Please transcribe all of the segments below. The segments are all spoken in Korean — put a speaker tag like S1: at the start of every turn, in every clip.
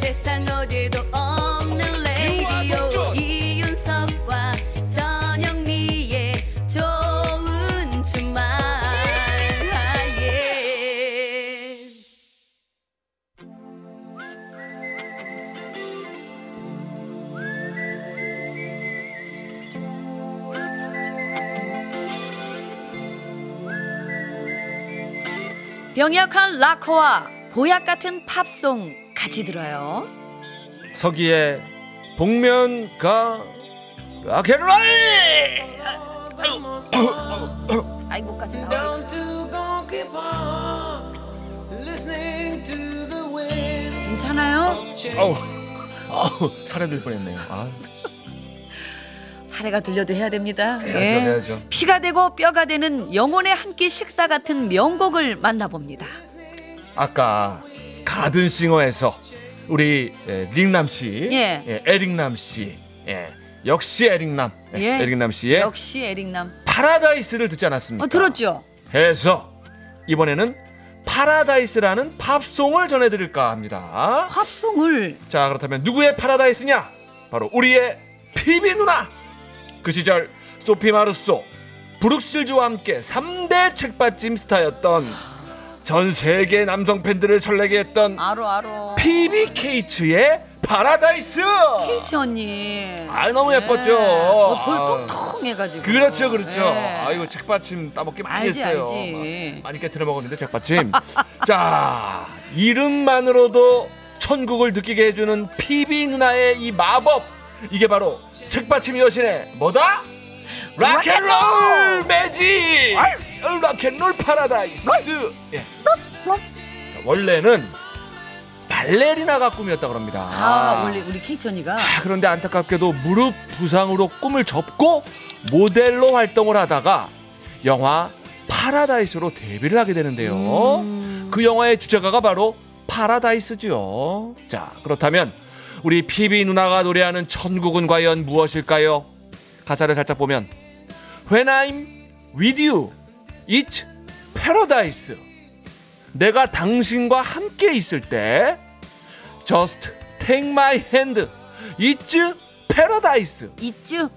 S1: 세상 어디도 없는 레디오 이윤석과 전영미의 좋은 주말 예. 병약한 락커와 보약 같은 팝송 같이 들어요
S2: 서기의 복면가 아, 아케라이
S1: 아이고까지 나와
S3: Down to Gonky Park, listening to the wind
S1: 괜찮아요?
S3: of change.
S2: 어우 어우 사례될 뻔했네요 아
S1: 사례가 들려도 해야 됩니다 예.
S2: 네. 해야죠 해야죠
S1: 피가 되고 뼈가 되는 영혼의 한 끼 식사 같은 명곡을 만나봅니다.
S2: 아까 가든싱어에서 우리 에, 링남 씨,
S1: 예.
S2: 예, 에릭남 씨, 예, 역시 에릭남, 예,
S1: 예.
S2: 에릭남 씨의
S1: 역시 에릭남.
S2: 파라다이스를 듣지 않았습니까?
S1: 어, 들었죠?
S2: 해서 이번에는 파라다이스라는 팝송을 전해드릴까 합니다.
S1: 팝송을
S2: 자 그렇다면 누구의 파라다이스냐? 바로 우리의 피비 누나. 그 시절 소피 마르소, 브룩실즈와 함께 3대 책받침 스타였던 전 세계 남성 팬들을 설레게 했던
S1: 알어 알어.
S2: 피비 케이츠의 파라다이스.
S1: 피치 언니.
S2: 아 너무 예뻤죠.
S1: 뭐
S2: 아,
S1: 볼통통 해가지고.
S2: 그렇죠, 그렇죠.
S1: 예.
S2: 아이고 책받침 따먹기 많이
S1: 알지,
S2: 했어요.
S1: 알지.
S2: 많이 깨트려 먹었는데 책받침. 자 이름만으로도 천국을 느끼게 해주는 피비 누나의 이 마법 이게 바로 책받침 여신의 뭐다? 락앤롤 매직. 락앤롤 파라다이스. 예. 자, 원래는 발레리나가 꿈이었다 그럽니다.
S1: 아, 원래 우리 케이치 언니가.
S2: 아, 그런데 안타깝게도 무릎 부상으로 꿈을 접고 모델로 활동을 하다가 영화 파라다이스로 데뷔를 하게 되는데요. 그 영화의 주제가가 바로 파라다이스죠. 자, 그렇다면 우리 피비 누나가 노래하는 천국은 과연 무엇일까요? 가사를 살짝 보면 When I'm with you, it's paradise. 내가 당신과 함께 있을 때 Just take my hand. It's paradise.
S1: 있쥬?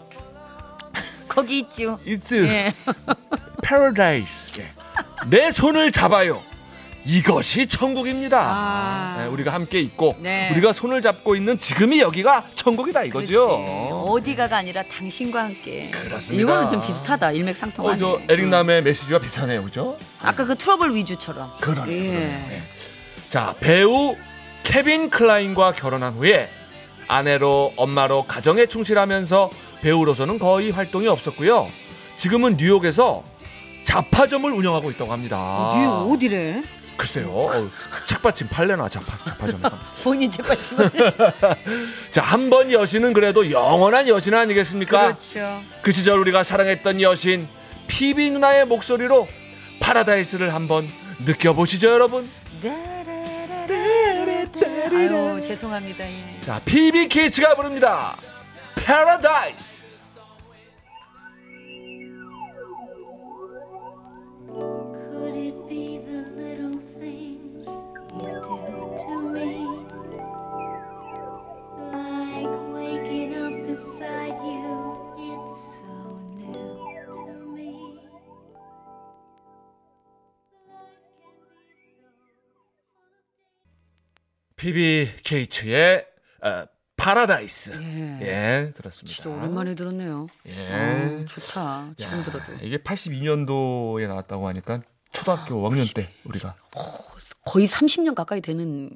S1: 거기 있쥬?
S2: It's
S1: 예.
S2: paradise. 예. 내 손을 잡아요. 이것이 천국입니다.
S1: 아.
S2: 예, 우리가 함께 있고
S1: 네.
S2: 우리가 손을 잡고 있는 지금이 여기가 천국이다
S1: 그렇지.
S2: 이거죠.
S1: 어디가가 아니라 당신과 함께.
S2: 그렇습니다.
S1: 이거는 좀 비슷하다. 일맥상통하네.
S2: 어, 저 에릭남의 메시지와 비슷하네요, 그죠?
S1: 아까 그 트러블 위주처럼.
S2: 그러네.
S1: 예.
S2: 그러네. 예. 자 배우 케빈 클라인과 결혼한 후에 아내로 엄마로 가정에 충실하면서 배우로서는 거의 활동이 없었고요. 지금은 뉴욕에서 자파점을 운영하고 있다고 합니다.
S1: 뉴 아. 어디래?
S2: 글쎄요. 어우, 책받침 팔레나 자파 자파점.
S1: 본인 제과치만
S2: 그러니까. 자한 번 여신은 그래도 영원한 여신 아니겠습니까?
S1: 그렇죠.
S2: 그 시절 우리가 사랑했던 여신 피비 누나의 목소리로 파라다이스를 한번 느껴보시죠, 여러분. 네,
S1: 아유 죄송합니다. 예.
S2: 자, PBK가 부릅니다. Paradise.
S4: Could it be the little things you do to me? Like waking up beside you, it's so new to me. Life can be so full of
S2: PBK의 어, 파라다이스. 예. 들었습니다.
S1: 진짜 오랜만에 들었네요.
S2: 예.
S1: 아, 좋다. 지금
S2: 야,
S1: 들어도
S2: 이게 82년도에 나왔다고 하니까
S1: 아,
S2: 초등학교 5학년 때 우리가
S1: 거의 30년 가까이 되는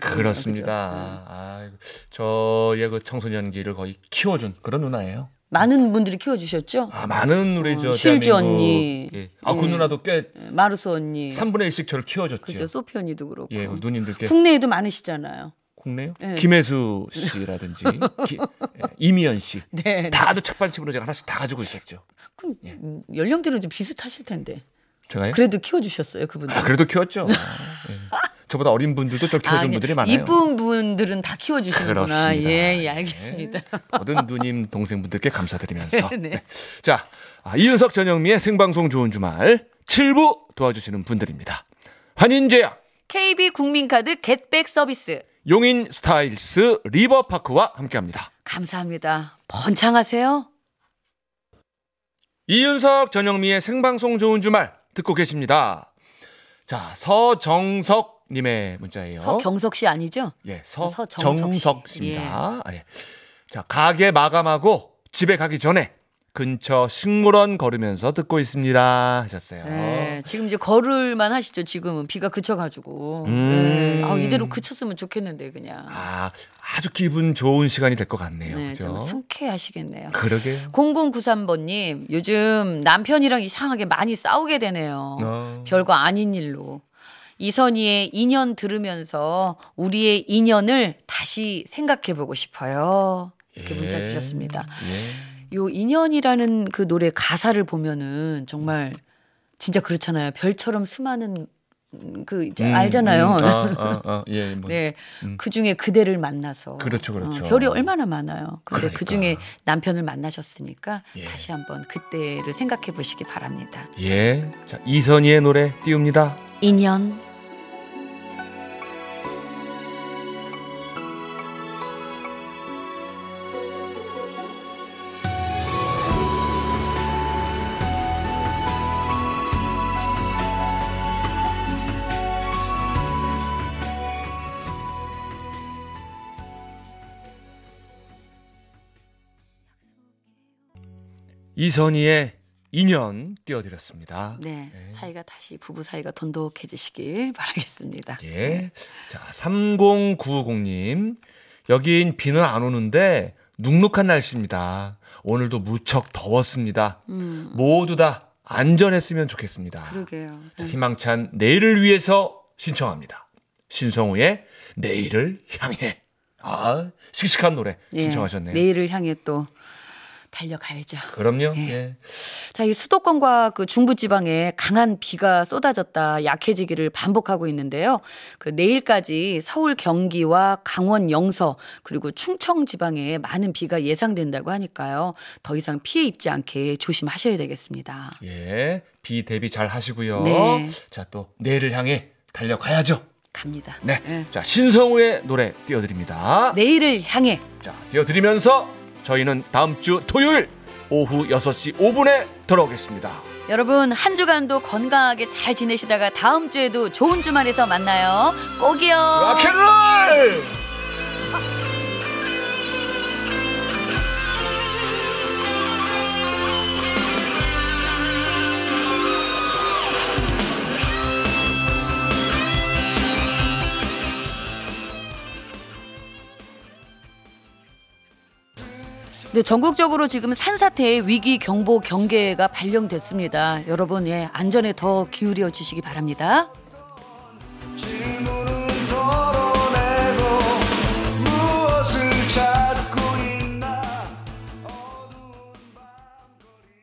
S1: 거예요,
S2: 그렇습니다.
S1: 그죠? 예.
S2: 아, 저의 그 청소년기를 거의 키워준 그런 누나예요.
S1: 많은 분들이 키워주셨죠.
S2: 아, 많은 우리
S1: 어,
S2: 저
S1: 실지
S2: 대한민국,
S1: 언니.
S2: 예. 아, 그
S1: 예.
S2: 누나도 꽤
S1: 마르소 언니,
S2: 3분의 1씩 저를 키워줬죠.
S1: 그죠 소피 언니도 그렇고
S2: 예, 그 누님들께
S1: 국내에도 많으시잖아요.
S2: 국내요?
S1: 예.
S2: 김혜수 씨라든지 기, 예, 이미연 씨.
S1: 네.
S2: 다들 책반집으로 제가 하나씩 다 가지고 있었죠.
S1: 그럼
S2: 예.
S1: 음, 연령대는 좀 비슷하실 텐데
S2: 제가요?
S1: 그래도 키워주셨어요 그분들.
S2: 아, 그래도 키웠죠. 아, 예. 저보다 어린 분들도 좀 키워준
S1: 아니, 네.
S2: 분들이 많아요.
S1: 이쁜 분들은 다 키워주시는구나.
S2: 그렇습니다.
S1: 예, 예, 알겠습니다.
S2: 어른 누님 동생분들께 감사드리면서
S1: 네.
S2: 네. 자 아, 이윤석 전영미의 생방송 좋은 주말 7부 도와주시는 분들입니다. 한인제약
S1: KB 국민카드 겟백 서비스.
S2: 용인 스타일스 리버파크와 함께합니다.
S1: 감사합니다. 번창하세요.
S2: 이윤석 전영미의 생방송 좋은 주말 듣고 계십니다. 자 서정석 님의 문자예요.
S1: 서경석 씨 아니죠?
S2: 예, 서,
S1: 서정석 씨.
S2: 정석 씨입니다. 아, 예. 자, 가게 마감하고 집에 가기 전에 근처 식물원 걸으면서 듣고 있습니다. 하셨어요.
S1: 네, 지금 이제 걸을만 하시죠. 지금은 비가 그쳐가지고.
S2: 음.
S1: 네, 아, 이대로 그쳤으면 좋겠는데 그냥.
S2: 아, 아주 기분 좋은 시간이 될 것 같네요.
S1: 네,
S2: 그죠?
S1: 좀 상쾌하시겠네요.
S2: 그러게요.
S1: 0093번님, 요즘 남편이랑 이상하게 많이 싸우게 되네요.
S2: 어.
S1: 별거 아닌 일로. 이선희의 인연 들으면서 우리의 인연을 다시 생각해 보고 싶어요. 이렇게
S2: 예.
S1: 문자 주셨습니다.
S2: 예.
S1: 요 인연이라는 그 노래 가사를 보면은 정말 진짜 그렇잖아요. 별처럼 수많은 음, 그 이제
S2: 음,
S1: 알잖아요.
S2: 음, 아, 아, 아, 예, 뭐.
S1: 네.
S2: 음.
S1: 그 중에 그대를 만나서. 어,
S2: 그렇죠, 그렇죠.
S1: 별이 얼마나 많아요. 근데
S2: 그러니까.
S1: 그 중에 남편을 만나셨으니까
S2: 예.
S1: 다시 한번 그때를 생각해 보시기 바랍니다.
S2: 예. 자, 이선희의 노래 띄웁니다.
S1: 인연.
S2: 이선희의 인연 띄워드렸습니다.
S1: 네.
S2: 네.
S1: 사이가 다시 부부 사이가 돈독해지시길 바라겠습니다.
S2: 예. 자, 3090님. 여긴 비는 안 오는데 눅눅한 날씨입니다. 오늘도 무척 더웠습니다.
S1: 음.
S2: 모두 다 안전했으면 좋겠습니다.
S1: 그러게요.
S2: 자, 희망찬 내일을 위해서 신청합니다. 신성우의 내일을 향해. 아, 씩씩한 노래
S1: 예,
S2: 신청하셨네요.
S1: 내일을 향해 또 달려가야죠.
S2: 그럼요.
S1: 예.
S2: 예.
S1: 자, 이 수도권과 그 중부 지방에 강한 비가 쏟아졌다 약해지기를 반복하고 있는데요. 그 내일까지 서울 경기와 강원 영서 그리고 충청 지방에 많은 비가 예상된다고 하니까요. 더 이상 피해 입지 않게 조심하셔야 되겠습니다.
S2: 예. 비 대비 잘 하시고요.
S1: 네.
S2: 자, 또 내일을 향해 달려가야죠.
S1: 갑니다.
S2: 네.
S1: 예.
S2: 자, 신성우의 노래 띄워드립니다.
S1: 내일을 향해
S2: 자, 띄워드리면서 저희는 다음 주 토요일 오후 6시 5분에 돌아오겠습니다.
S1: 여러분 한 주간도 건강하게 잘 지내시다가 다음 주에도 좋은 주말에서 만나요. 꼭이요.
S2: 라켓롤!
S1: 네, 전국적으로 지금 산사태의 위기 경보 경계가 발령됐습니다. 여러분, 예, 안전에 더 기울여 주시기 바랍니다.